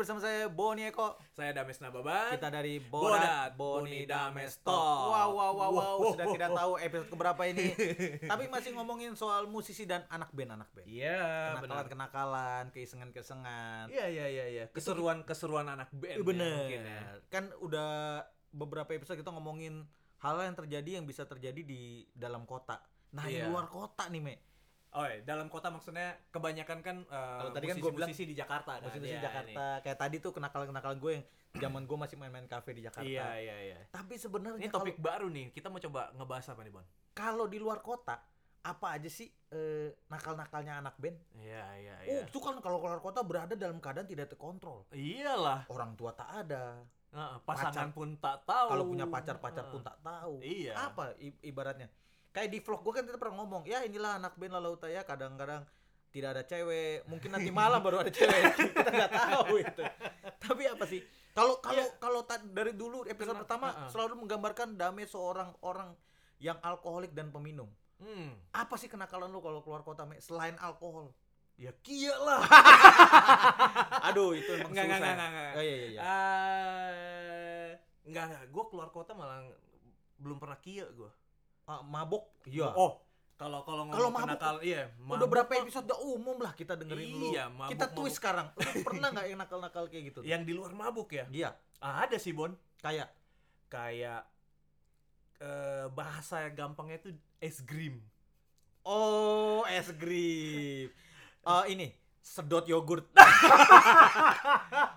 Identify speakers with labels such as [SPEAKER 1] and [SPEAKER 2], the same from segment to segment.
[SPEAKER 1] bersama saya Boni Eko.
[SPEAKER 2] Saya Dames Nababan.
[SPEAKER 1] Kita dari
[SPEAKER 2] Borat,
[SPEAKER 1] Borat Boni
[SPEAKER 2] Boni Dames
[SPEAKER 1] Damesto.
[SPEAKER 2] Talk.
[SPEAKER 1] Wow, wow, wow, wow.
[SPEAKER 2] Wow.
[SPEAKER 1] Sudah tidak tahu episode keberapa ini. Tapi masih ngomongin soal musisi dan anak band, anak band.
[SPEAKER 2] Iya, benar.
[SPEAKER 1] Kenakalan-kenakalan, keisengan-keisengan.
[SPEAKER 2] Iya, iya, iya, iya. Keseruan-keseruan anak band. ya,
[SPEAKER 1] Bener.
[SPEAKER 2] mungkin ya.
[SPEAKER 1] Kan udah beberapa episode kita ngomongin hal yang terjadi yang bisa terjadi di dalam kota. Nah,
[SPEAKER 2] Iya.
[SPEAKER 1] di luar kota nih, Me.
[SPEAKER 2] Oh, iya, dalam kota maksudnya kebanyakan kan eh,
[SPEAKER 1] Kalau tadi kan gua bilang-
[SPEAKER 2] musisi-musisi di Jakarta kan.
[SPEAKER 1] Musisi
[SPEAKER 2] Iya,
[SPEAKER 1] Jakarta. Kayak tadi tuh kenakalan-kenakalan gue yang zaman gue masih main-main kafe di
[SPEAKER 2] nih.
[SPEAKER 1] Jakarta.
[SPEAKER 2] Iya, iya, iya.
[SPEAKER 1] Tapi sebenarnya
[SPEAKER 2] Ini
[SPEAKER 1] kalau-
[SPEAKER 2] topik baru nih. Kita mau coba ngebahas apa nih, Bon?
[SPEAKER 1] kalau di luar kota apa aja sih eh, nakal-nakalnya anak band?
[SPEAKER 2] Iya, iya,
[SPEAKER 1] Oh, itu kan kalau keluar kota berada dalam keadaan tidak terkontrol.
[SPEAKER 2] Iyalah.
[SPEAKER 1] Orang tua tak ada.
[SPEAKER 2] Heeh, pasangan pun tak tahu.
[SPEAKER 1] Kalau punya pacar, pacar pun tak tahu.
[SPEAKER 2] Oh. Iya.
[SPEAKER 1] Apa i- ibaratnya? Kayak di vlog gue kan kita pernah ngomong, ya inilah anak band Lalau Taya kadang-kadang tidak ada cewek, mungkin nanti malam baru ada cewek. kita nggak tahu itu. Tapi apa sih?
[SPEAKER 2] Iya.
[SPEAKER 1] Kalau kalau kalau ta- dari dulu episode pertama selalu menggambarkan Dame seorang orang yang alkoholik dan peminum.
[SPEAKER 2] Hmm.
[SPEAKER 1] apa sih kenakalan lu kalau keluar kota Me? selain alkohol
[SPEAKER 2] Ya kia lah.
[SPEAKER 1] aduh itu emang
[SPEAKER 2] Enggak,
[SPEAKER 1] susah
[SPEAKER 2] enggak, enggak, enggak, enggak.
[SPEAKER 1] Oh, iya iya iya
[SPEAKER 2] Eh, enggak, enggak. Gue keluar kota malah belum pernah kia gue.
[SPEAKER 1] Ah, mabok iya
[SPEAKER 2] Oh, kalau kalau
[SPEAKER 1] Kalau
[SPEAKER 2] ngomong
[SPEAKER 1] mabuk-
[SPEAKER 2] kenakalan, iya.
[SPEAKER 1] udah
[SPEAKER 2] mabuk
[SPEAKER 1] berapa
[SPEAKER 2] mah
[SPEAKER 1] episode udah umum lah kita dengerin dulu
[SPEAKER 2] Iya, mabok,
[SPEAKER 1] kita twist
[SPEAKER 2] mabok.
[SPEAKER 1] sekarang lu pernah nggak yang nakal-nakal kayak gitu
[SPEAKER 2] Yang di luar mabuk ya?
[SPEAKER 1] iya
[SPEAKER 2] Ah, ada sih Bon.
[SPEAKER 1] kayak
[SPEAKER 2] Kayak eh bahasa gampangnya itu esgrim.
[SPEAKER 1] oh es grip Eh, ini sedot yogurt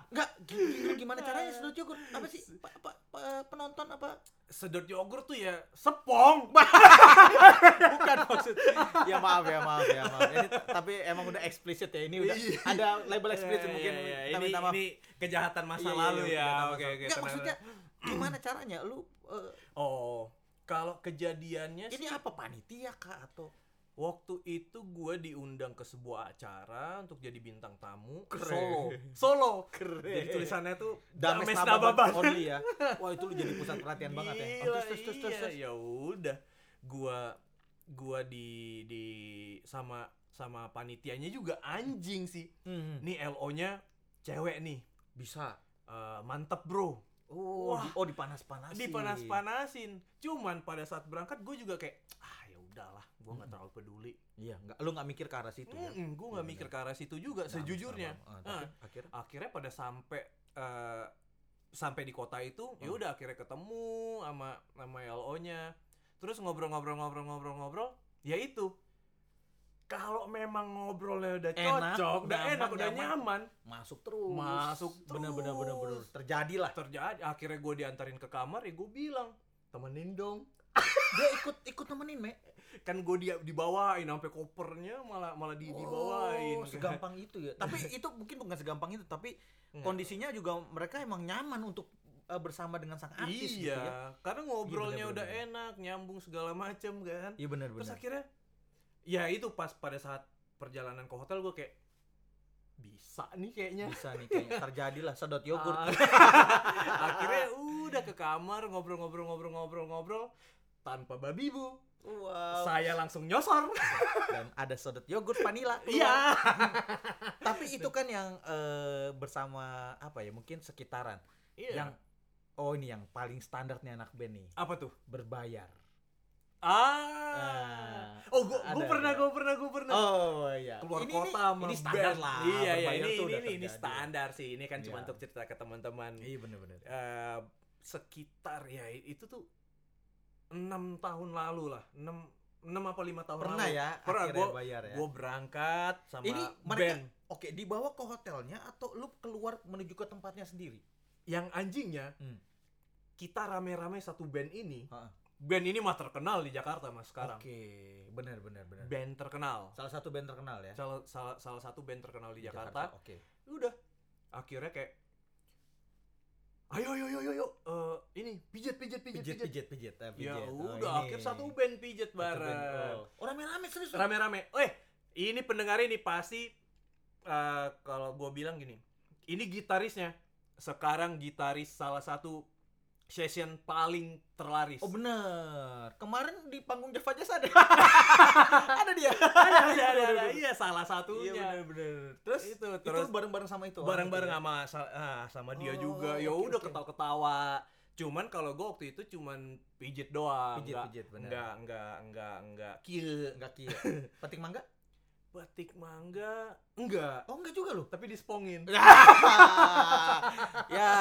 [SPEAKER 1] nggak gila, gimana caranya sedot yogurt apa sih Pa- pa- pa- penonton apa
[SPEAKER 2] Sedot yogurt tuh ya sepong.
[SPEAKER 1] bukan maksud ya maaf ya maaf ya maaf ini t- tapi emang udah eksplisit ya ini udah
[SPEAKER 2] Iya.
[SPEAKER 1] ada label eksplisit
[SPEAKER 2] Eh,
[SPEAKER 1] mungkin
[SPEAKER 2] iya, iya.
[SPEAKER 1] kita
[SPEAKER 2] ini,
[SPEAKER 1] minta maaf
[SPEAKER 2] ini kejahatan masa
[SPEAKER 1] Iya, iya,
[SPEAKER 2] lalu
[SPEAKER 1] iya,
[SPEAKER 2] ya. Oke,
[SPEAKER 1] kejahatan masa-
[SPEAKER 2] oke.
[SPEAKER 1] Nggak,
[SPEAKER 2] tenang,
[SPEAKER 1] maksudnya
[SPEAKER 2] tenang.
[SPEAKER 1] gimana caranya lu eh,
[SPEAKER 2] Oh, kalau kejadiannya
[SPEAKER 1] ini apa panitia kah atau
[SPEAKER 2] Waktu itu gue diundang ke sebuah acara untuk jadi bintang tamu
[SPEAKER 1] Keren. Iya,
[SPEAKER 2] solo. Solo.
[SPEAKER 1] Keren.
[SPEAKER 2] Jadi tulisannya tuh
[SPEAKER 1] Dames Nababan only ya. Wah itu lu jadi pusat perhatian banget ya. Oh,
[SPEAKER 2] Gila,
[SPEAKER 1] terus, terus, terus, terus,
[SPEAKER 2] iya.
[SPEAKER 1] terus.
[SPEAKER 2] Ya udah, gua gua di di sama sama panitianya juga anjing sih.
[SPEAKER 1] Mhm.
[SPEAKER 2] Nih LO-nya cewek nih.
[SPEAKER 1] Bisa.
[SPEAKER 2] Eh, mantep bro.
[SPEAKER 1] Oh,
[SPEAKER 2] Wah.
[SPEAKER 1] di, oh dipanas-panasin.
[SPEAKER 2] Dipanas-panasin. Cuman pada saat berangkat gue juga kayak ah ya udahlah, gua nggak terlalu peduli.
[SPEAKER 1] Iya, enggak lu enggak mikir ke arah situ Hmm. ya.
[SPEAKER 2] Mm gue nggak
[SPEAKER 1] Iya,
[SPEAKER 2] mikir ke arah situ juga
[SPEAKER 1] Dames
[SPEAKER 2] sejujurnya.
[SPEAKER 1] Nababan. Ah, tapi akhirnya
[SPEAKER 2] akhirnya pada sampai eh, sampai di kota itu ya
[SPEAKER 1] Hmm.
[SPEAKER 2] udah akhirnya ketemu sama sama LO-nya terus ngobrol-ngobrol-ngobrol-ngobrol-ngobrol ya itu kalau memang ngobrolnya udah
[SPEAKER 1] Enak,
[SPEAKER 2] cocok udah
[SPEAKER 1] nyaman,
[SPEAKER 2] enak udah nyaman,
[SPEAKER 1] masuk terus.
[SPEAKER 2] Masuk
[SPEAKER 1] Bener-bener
[SPEAKER 2] terus.
[SPEAKER 1] bener-bener terjadilah.
[SPEAKER 2] terjadi akhirnya gue diantarin ke kamar ya gue bilang temenin dong
[SPEAKER 1] Dia ikut ikut nemenin, Me.
[SPEAKER 2] kan gue dia dibawain sampai kopernya malah malah di dibawain
[SPEAKER 1] Oh, segampang itu ya. Tapi itu mungkin bukan segampang itu, tapi
[SPEAKER 2] Enggak.
[SPEAKER 1] kondisinya juga mereka emang nyaman untuk eh, bersama dengan sang artis
[SPEAKER 2] iya
[SPEAKER 1] gitu ya.
[SPEAKER 2] karena ngobrolnya
[SPEAKER 1] bener,
[SPEAKER 2] udah
[SPEAKER 1] bener.
[SPEAKER 2] enak nyambung segala macem kan
[SPEAKER 1] Iya benar
[SPEAKER 2] Terus
[SPEAKER 1] benar.
[SPEAKER 2] akhirnya ya itu pas pada saat perjalanan ke hotel gue kayak bisa nih kayaknya.
[SPEAKER 1] Bisa nih kayaknya terjadilah sedot yogurt.
[SPEAKER 2] Ah. akhirnya udah ke kamar ngobrol-ngobrol-ngobrol-ngobrol-ngobrol tanpa babi bu.
[SPEAKER 1] Wow.
[SPEAKER 2] Saya langsung nyosor.
[SPEAKER 1] Dan ada sedot yogurt vanilla. keluar.
[SPEAKER 2] Iya.
[SPEAKER 1] Tapi itu kan yang eh, bersama apa ya? Mungkin sekitaran. Yang
[SPEAKER 2] Yang
[SPEAKER 1] oh ini yang paling standarnya anak band nih,
[SPEAKER 2] apa tuh?
[SPEAKER 1] berbayar.
[SPEAKER 2] Ah. Oh, gue
[SPEAKER 1] Ada,
[SPEAKER 2] pernah,
[SPEAKER 1] ada.
[SPEAKER 2] gue pernah, gue pernah.
[SPEAKER 1] Oh iya.
[SPEAKER 2] keluar
[SPEAKER 1] Ini-
[SPEAKER 2] kota
[SPEAKER 1] ini,
[SPEAKER 2] sama
[SPEAKER 1] ini standar
[SPEAKER 2] band.
[SPEAKER 1] lah.
[SPEAKER 2] Iya, iya,
[SPEAKER 1] berbayar
[SPEAKER 2] ini,
[SPEAKER 1] tuh
[SPEAKER 2] ini,
[SPEAKER 1] udah
[SPEAKER 2] ini, ini
[SPEAKER 1] terjadi.
[SPEAKER 2] standar sih. Ini kan cuma
[SPEAKER 1] Iya.
[SPEAKER 2] untuk cerita ke teman-teman.
[SPEAKER 1] Iya benar-benar.
[SPEAKER 2] eh sekitar ya itu tuh enam tahun lalu lah enam enam apa lima tahun
[SPEAKER 1] Pernah
[SPEAKER 2] lalu
[SPEAKER 1] ya
[SPEAKER 2] Pernah,
[SPEAKER 1] akhirnya
[SPEAKER 2] gua-
[SPEAKER 1] bayar ya.
[SPEAKER 2] gue berangkat sama
[SPEAKER 1] Ini mereka-
[SPEAKER 2] band
[SPEAKER 1] Oke, dibawa ke hotelnya atau lu keluar menuju ke tempatnya sendiri?
[SPEAKER 2] yang anjingnya
[SPEAKER 1] Hmm.
[SPEAKER 2] kita rame-rame satu band ini
[SPEAKER 1] Ha-ha.
[SPEAKER 2] band ini mah terkenal di Jakarta mas sekarang
[SPEAKER 1] Oke, ya. benar benar benar.
[SPEAKER 2] band terkenal
[SPEAKER 1] Salah satu band terkenal ya
[SPEAKER 2] salah, salah salah satu band terkenal di
[SPEAKER 1] di Iya,
[SPEAKER 2] Jakarta, Ya
[SPEAKER 1] Oke.
[SPEAKER 2] udah akhirnya kayak ayo ayo ayo ayo ayo eh, ini pijet pijet pijet
[SPEAKER 1] Pijet
[SPEAKER 2] pijet,
[SPEAKER 1] pijet pijet. eh, pijet.
[SPEAKER 2] ya
[SPEAKER 1] Oh,
[SPEAKER 2] udah
[SPEAKER 1] ini.
[SPEAKER 2] akhir satu band pijet
[SPEAKER 1] Satu band.
[SPEAKER 2] bareng
[SPEAKER 1] Oh. Oh, rame-rame serius. lu?
[SPEAKER 2] rame-rame. Eh, ini pendengar ini pasti eh, kalau gue bilang gini, ini gitarisnya sekarang gitaris salah satu session paling terlaris.
[SPEAKER 1] Oh bener. Kemarin di panggung Java Jazz ada. ada dia.
[SPEAKER 2] ada, ada, ada, ada. Iya, salah
[SPEAKER 1] Iya
[SPEAKER 2] satunya.
[SPEAKER 1] bener-bener. Terus
[SPEAKER 2] itu
[SPEAKER 1] itu
[SPEAKER 2] terus
[SPEAKER 1] bareng-bareng sama itu. orang
[SPEAKER 2] bareng-bareng
[SPEAKER 1] gitu ya?
[SPEAKER 2] sama sa- ah, sama dia
[SPEAKER 1] Oh,
[SPEAKER 2] juga.
[SPEAKER 1] oke,
[SPEAKER 2] Ya udah
[SPEAKER 1] oke.
[SPEAKER 2] ketawa-ketawa. Cuman kalau gue waktu itu cuman pijit doang.
[SPEAKER 1] Pijit,
[SPEAKER 2] nggak-
[SPEAKER 1] pijit, bener.
[SPEAKER 2] Nggak, nggak, nggak, nggak. Kill.
[SPEAKER 1] Enggak kia. Petik mangga?
[SPEAKER 2] Batik mangga enggak,
[SPEAKER 1] Oh enggak juga lu.
[SPEAKER 2] tapi dispongin.
[SPEAKER 1] ya,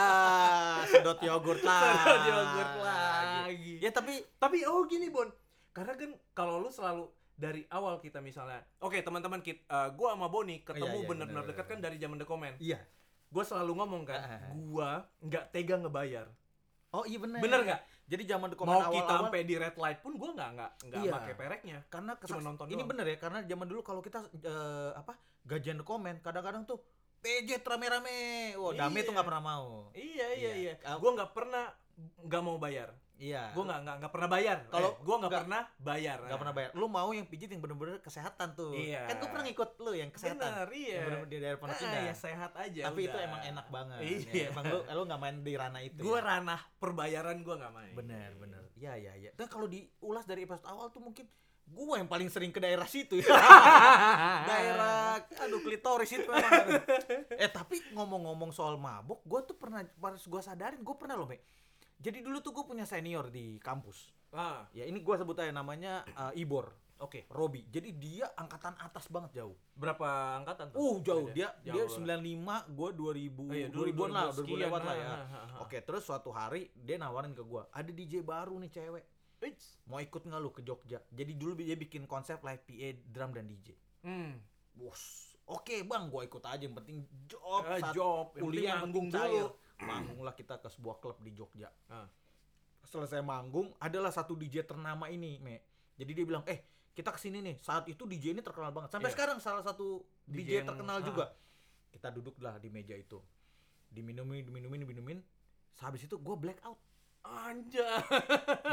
[SPEAKER 1] sedot yogurt lah.
[SPEAKER 2] Sedot yogurt lagi.
[SPEAKER 1] Ya tapi
[SPEAKER 2] Tapi oh gini Bon, karena kan kalau lu selalu dari awal kita misalnya, oke teman-teman kita, eh, gua sama Boni ketemu
[SPEAKER 1] Iya, iya,
[SPEAKER 2] bener-bener
[SPEAKER 1] bener,
[SPEAKER 2] dekat kan dari zaman The Comment.
[SPEAKER 1] iya.
[SPEAKER 2] Gua selalu ngomong kan,
[SPEAKER 1] Ah, ah, ah.
[SPEAKER 2] gua nggak tega ngebayar.
[SPEAKER 1] Oh iya bener.
[SPEAKER 2] Bener nggak?
[SPEAKER 1] Jadi zaman di komen
[SPEAKER 2] Mau kita
[SPEAKER 1] awal-awal
[SPEAKER 2] sampai di red light pun gua nggak nggak nggak
[SPEAKER 1] Iya.
[SPEAKER 2] pakai pereknya.
[SPEAKER 1] karena kesaks-
[SPEAKER 2] nonton
[SPEAKER 1] ini
[SPEAKER 2] doang.
[SPEAKER 1] bener ya karena zaman dulu kalau kita eh, apa gajian di komen kadang-kadang tuh PJ rame-rame. Wah,
[SPEAKER 2] Iya.
[SPEAKER 1] dame tuh nggak pernah mau.
[SPEAKER 2] Iya iya iya.
[SPEAKER 1] Iya.
[SPEAKER 2] Gua nggak pernah nggak mau bayar.
[SPEAKER 1] Iya.
[SPEAKER 2] Gua nggak nggak nggak pernah bayar.
[SPEAKER 1] Kalau
[SPEAKER 2] Eh, gua nggak
[SPEAKER 1] nggak-
[SPEAKER 2] pernah bayar. Nah,
[SPEAKER 1] nggak pernah bayar. Lu mau yang pijit yang bener-bener kesehatan tuh.
[SPEAKER 2] Iya.
[SPEAKER 1] Kan gua pernah ngikut lu yang kesehatan.
[SPEAKER 2] Bener, iya.
[SPEAKER 1] Yang bener-bener di daerah Pondok
[SPEAKER 2] Ah,
[SPEAKER 1] Indah.
[SPEAKER 2] ya sehat aja.
[SPEAKER 1] Tapi itu
[SPEAKER 2] udah.
[SPEAKER 1] emang enak banget.
[SPEAKER 2] Iya.
[SPEAKER 1] Ya, emang lu lu nggak main di ranah itu.
[SPEAKER 2] Gua
[SPEAKER 1] ya.
[SPEAKER 2] ranah perbayaran gua nggak main.
[SPEAKER 1] Bener, bener. Iya, iya, iya. Dan kalau diulas dari episode awal tuh mungkin gua yang paling sering ke daerah situ ya. daerah aduh klitoris itu memang. aduh. eh, tapi ngomong-ngomong soal mabuk, gua tuh pernah pas gua sadarin gua pernah loh, Mek. Jadi dulu tuh gua punya senior di kampus.
[SPEAKER 2] Ah,
[SPEAKER 1] Ya ini gua sebut aja namanya eh, Ibor,
[SPEAKER 2] oke.
[SPEAKER 1] Robi. Jadi dia angkatan atas banget jauh.
[SPEAKER 2] Berapa angkatan tuh?
[SPEAKER 1] Uh, jauh. Dia
[SPEAKER 2] Oh, Jauh lah.
[SPEAKER 1] dia 95, gua 2000,
[SPEAKER 2] Oh iya, dulu
[SPEAKER 1] 2000-an lah,
[SPEAKER 2] 2000
[SPEAKER 1] 2000 lewat lah
[SPEAKER 2] sekian.
[SPEAKER 1] ya.
[SPEAKER 2] Ah, ah, ah.
[SPEAKER 1] Oke, terus suatu hari dia nawarin ke gua, ada DJ baru nih cewek.
[SPEAKER 2] Eits.
[SPEAKER 1] mau ikut nggak lu ke Jogja? Jadi dulu dia bikin konsep live PA, drum dan DJ.
[SPEAKER 2] Hmm.
[SPEAKER 1] Bos, oke bang, gua ikut aja. Yang penting job,
[SPEAKER 2] Eh,
[SPEAKER 1] saat
[SPEAKER 2] job, yang penting
[SPEAKER 1] kuliah,
[SPEAKER 2] manggung
[SPEAKER 1] manggung cair.
[SPEAKER 2] dulu.
[SPEAKER 1] Manggunglah kita ke sebuah klub di Jogja.
[SPEAKER 2] Ah.
[SPEAKER 1] Selesai manggung, adalah satu DJ ternama ini, me. Jadi dia bilang, eh kita kesini nih. Saat itu DJ ini terkenal banget. Sampai
[SPEAKER 2] Iya.
[SPEAKER 1] sekarang salah satu
[SPEAKER 2] DJ
[SPEAKER 1] DJ,
[SPEAKER 2] yang-
[SPEAKER 1] terkenal
[SPEAKER 2] ah.
[SPEAKER 1] juga. Kita duduklah di meja itu, diminumin, diminumin, diminumin. Habis itu gua black out
[SPEAKER 2] Anjay.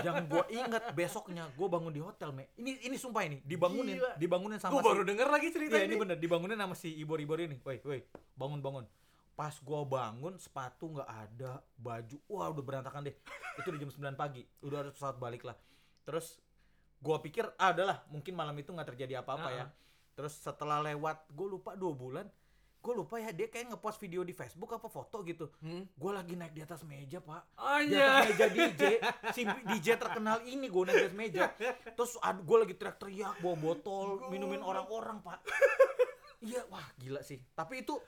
[SPEAKER 1] yang gue inget besoknya gue bangun di hotel me ini ini sumpah ini dibangunin
[SPEAKER 2] Gila.
[SPEAKER 1] dibangunin
[SPEAKER 2] Gua
[SPEAKER 1] sama
[SPEAKER 2] baru
[SPEAKER 1] si
[SPEAKER 2] denger lagi cerita
[SPEAKER 1] iya ini bener dibangunin sama si ibor ibor ini woi woi bangun bangun pas gue bangun sepatu nggak ada baju wah udah berantakan deh itu di jam 9 pagi udah harus pesawat balik lah terus gue pikir ah adalah mungkin malam itu nggak terjadi apa-apa ya
[SPEAKER 2] Ah.
[SPEAKER 1] terus setelah lewat gue lupa dua bulan gue lupa ya dia kayak ngepost video di Facebook apa foto gitu
[SPEAKER 2] Hmm.
[SPEAKER 1] gue lagi naik di atas meja pak di atas
[SPEAKER 2] Anjay.
[SPEAKER 1] meja DJ si DJ terkenal ini gue naik di atas meja terus gue lagi teriak-teriak bawa botol minumin orang-orang pak iya wah gila sih tapi itu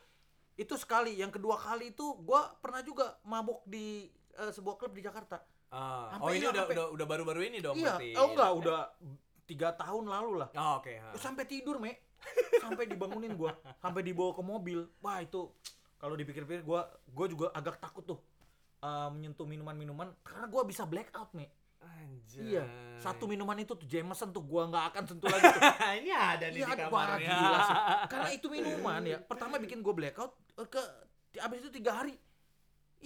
[SPEAKER 1] itu sekali yang kedua kali itu gue pernah juga mabok di eh, sebuah klub di Jakarta
[SPEAKER 2] Ah,
[SPEAKER 1] Sampai
[SPEAKER 2] oh ini
[SPEAKER 1] hilang,
[SPEAKER 2] udah
[SPEAKER 1] sampai-
[SPEAKER 2] udah udah baru-baru ini dong
[SPEAKER 1] iya
[SPEAKER 2] berarti.
[SPEAKER 1] oh enggak udah tiga tahun lalu lah
[SPEAKER 2] Oh, oke. ah.
[SPEAKER 1] sampai tidur me sampai dibangunin gue sampai dibawa ke mobil wah itu kalau dipikir-pikir gue gue juga agak takut tuh eh, menyentuh minuman-minuman karena gue bisa black out me
[SPEAKER 2] Anjay.
[SPEAKER 1] Iya, satu minuman itu tuh Jameson tuh gua nggak akan sentuh lagi. tuh.
[SPEAKER 2] ini ada nih di ya.
[SPEAKER 1] Iya, aduh, wah,
[SPEAKER 2] kamarnya. Ah, iya,
[SPEAKER 1] gila sih. Karena itu minuman ya. Pertama bikin gua blackout eh, ke ti- abis itu tiga hari.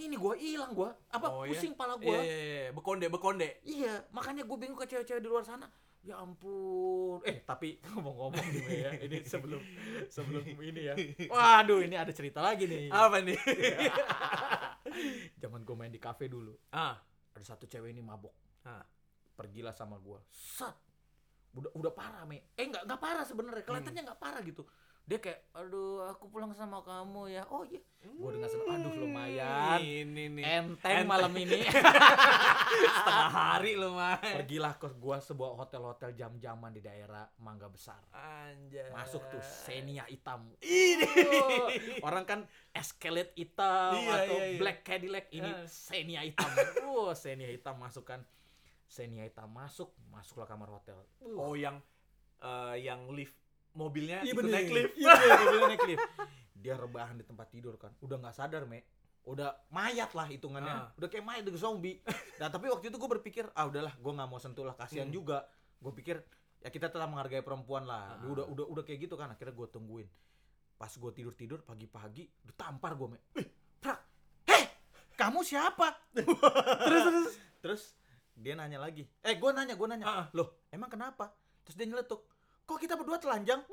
[SPEAKER 1] Ini gua hilang gua. Apa
[SPEAKER 2] Oh, iya?
[SPEAKER 1] pusing
[SPEAKER 2] Iya,
[SPEAKER 1] pala gua?
[SPEAKER 2] iya, iya. bekonde, bekonde.
[SPEAKER 1] Iya, makanya gua bingung ke cewek-cewek di luar sana. Ya ampun. Eh, tapi ngomong-ngomong nih Mei, ya. Ini sebelum sebelum ini ya. Waduh, ini ada cerita lagi nih.
[SPEAKER 2] Apa nih? iya.
[SPEAKER 1] Zaman gua main di kafe dulu.
[SPEAKER 2] ah.
[SPEAKER 1] Ada satu cewek ini mabok.
[SPEAKER 2] Ah.
[SPEAKER 1] pergilah sama gua set udah udah parah me eh nggak nggak parah sebenarnya kelihatannya nggak parah gitu dia kayak aduh aku pulang sama kamu ya oh iya Gua dengan senang, aduh, lumayan.
[SPEAKER 2] Ini nih.
[SPEAKER 1] enteng malam ini
[SPEAKER 2] Setengah hari lumayan.
[SPEAKER 1] pergilah ke gua sebuah hotel-hotel jam-jaman di daerah Mangga Besar
[SPEAKER 2] Anjay.
[SPEAKER 1] masuk tuh senia hitam
[SPEAKER 2] Ini.
[SPEAKER 1] Oh, orang kan escalate hitam
[SPEAKER 2] Iya,
[SPEAKER 1] atau
[SPEAKER 2] iya, iya.
[SPEAKER 1] black Cadillac ini
[SPEAKER 2] Ah.
[SPEAKER 1] senia hitam wow senia hitam masuk kan senia hitam masuk masuklah kamar hotel Uh,
[SPEAKER 2] Oh yang eh, yang lift mobilnya
[SPEAKER 1] Iya
[SPEAKER 2] itu
[SPEAKER 1] bener.
[SPEAKER 2] naik lift.
[SPEAKER 1] Iya bener, mobilnya naik lift. Dia rebahan di tempat tidur kan. Udah nggak sadar, Me. Udah mayat lah hitungannya.
[SPEAKER 2] Ah.
[SPEAKER 1] Udah kayak mayat udah kayak zombie. Nah, tapi waktu itu gue berpikir, ah udahlah, gue nggak mau sentuh lah, kasihan
[SPEAKER 2] Hmm.
[SPEAKER 1] juga. Gue pikir ya kita tetap menghargai perempuan lah.
[SPEAKER 2] Ah.
[SPEAKER 1] Udah udah udah kayak gitu kan. Akhirnya gue tungguin. Pas gue tidur tidur pagi-pagi ditampar gue, Me. Ih, Eh, prak. Heh, kamu siapa?
[SPEAKER 2] terus terus.
[SPEAKER 1] Terus dia nanya lagi. Eh, gue nanya, gue nanya.
[SPEAKER 2] Ah.
[SPEAKER 1] Loh, emang kenapa? Terus dia nyeletuk. Kok kita berdua telanjang?